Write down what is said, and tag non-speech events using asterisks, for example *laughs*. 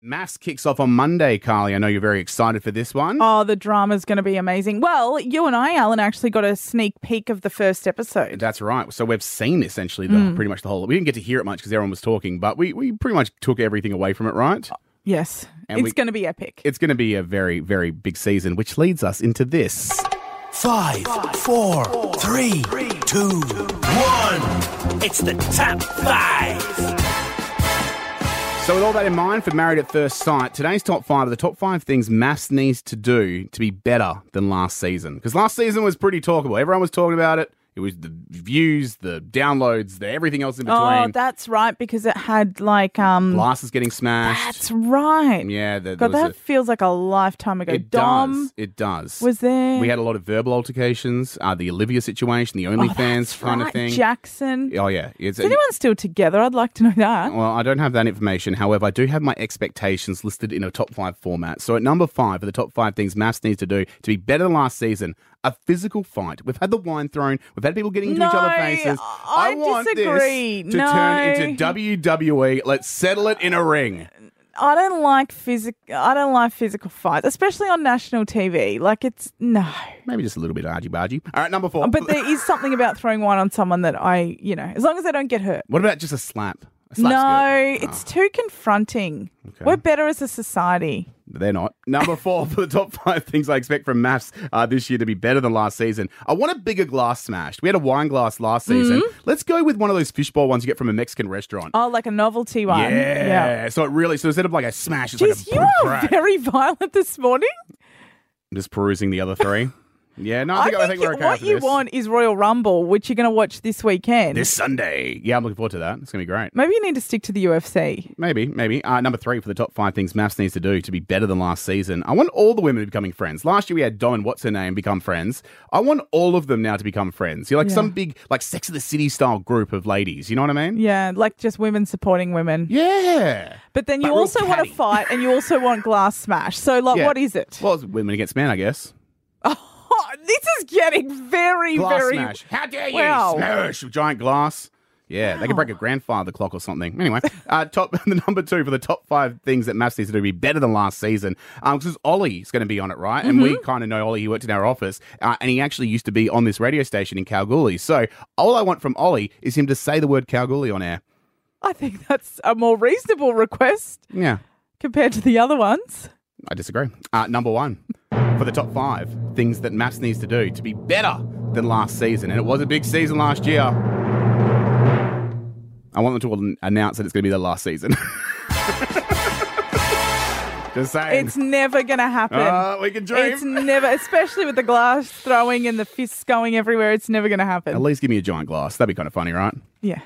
Mass kicks off on Monday, Carly. I know you're very excited for this one. Oh, the drama's going to be amazing. Well, you and I, Alan, actually got a sneak peek of the first episode. That's right. So we've seen essentially the, Mm. pretty much the whole. We didn't get to hear it much because everyone was talking, but we, we pretty much took everything away from it, right? Oh. Yes, And it's we- going to be epic. It's going to be a very, very big season, which leads us into this. Five, four, three, two, one. It's the top five. So, with all that in mind for Married at First Sight, today's top five are the top five things Mass needs to do to be better than last season. Because last season was pretty talkable. Everyone was talking about it. It was the views, the downloads, the everything else in between. oh, that's right, because it had like um. Glasses getting smashed. That's right. yeah, there, there God, was that a, feels like a lifetime ago. it Dom does. It does. was there. we had a lot of verbal altercations, uh, the Olivia situation, the Oh, OnlyFans that's kind of right, thing. Jackson. oh yeah, it's Is anyone still together? I'd like to know that. Well, I don't have that information. However, I do have my expectations listed in a top five format. So at number five for the top five things Mass needs to do to be better than last season, a physical fight. We've had the wine thrown. We've had people getting into each other's No, faces. I want disagree. this to No. Uh, turn into WWE. Let's settle it in a ring. I don't like physic. I don't like physical fights, especially on national TV. Like it's no. Maybe just a little bit argy bargy. All right, number four. But there is something about throwing wine on someone that I, you know, as long as they don't get hurt. what about just a slap? A slap's No, good. it's too confronting. We're better as a society. They're not. *laughs* Number four for the top five things I expect from maths uh, this year to be better than last season. I want a bigger glass smashed. We had a wine glass last season. Let's go with one of those fishbowl ones you get from a Mexican restaurant. Mm-hmm. Oh, like a novelty one. yeah. So it really, so instead of like a smash, it's Jeez, like a you boom are crack. very *laughs* violent this morning. I'm just perusing the other three. yeah, no, I I think, think, I think we're you- okay what after you this. want is Royal Rumble, which you're going to watch this weekend. This Sunday. Yeah, I'm looking forward to that. It's going to be great. Maybe you need to stick to the UFC. Maybe, maybe. Uh, number three for the top five things Maths needs to do to be better than last season. I want all the women becoming friends. Last year we had Dom and what's her name become friends. I want all of them now to become friends. You're like Yeah. some big, like Sex of the City style group of ladies. You know what I mean? Yeah, like just women supporting women. Yeah. But then But you real also want catty. to fight and you also want glass smash. So, like, Yeah. what is it? Well, it's women against men, I guess. *laughs* Oh, this is getting very, Glass very. smash. How dare you Wow. smash a giant glass? Yeah, they could break a grandfather clock or something. Anyway, uh, top *laughs* the number two for the top five things that Maths needs to do to be better than last season. Um, because Ollie's going to be on it, right? And we kind of know Ollie. He worked in our office, uh, and he actually used to be on this radio station in Kalgoorlie. So all I want from Ollie is him to say the word Kalgoorlie on air. I think that's a more reasonable request Yeah, compared to the other ones. I disagree. Uh, number one for the top five things that Maths needs to do to be better than last season, and it was a big season last year. I want them to an- announce that it's going to be their last season. *laughs* Just saying. It's never going to happen. Ah, we can dream. It's never, especially with the glass throwing and the fists going everywhere, it's never going to At happen. least give me a giant glass. That'd be kind of funny, right? Yeah.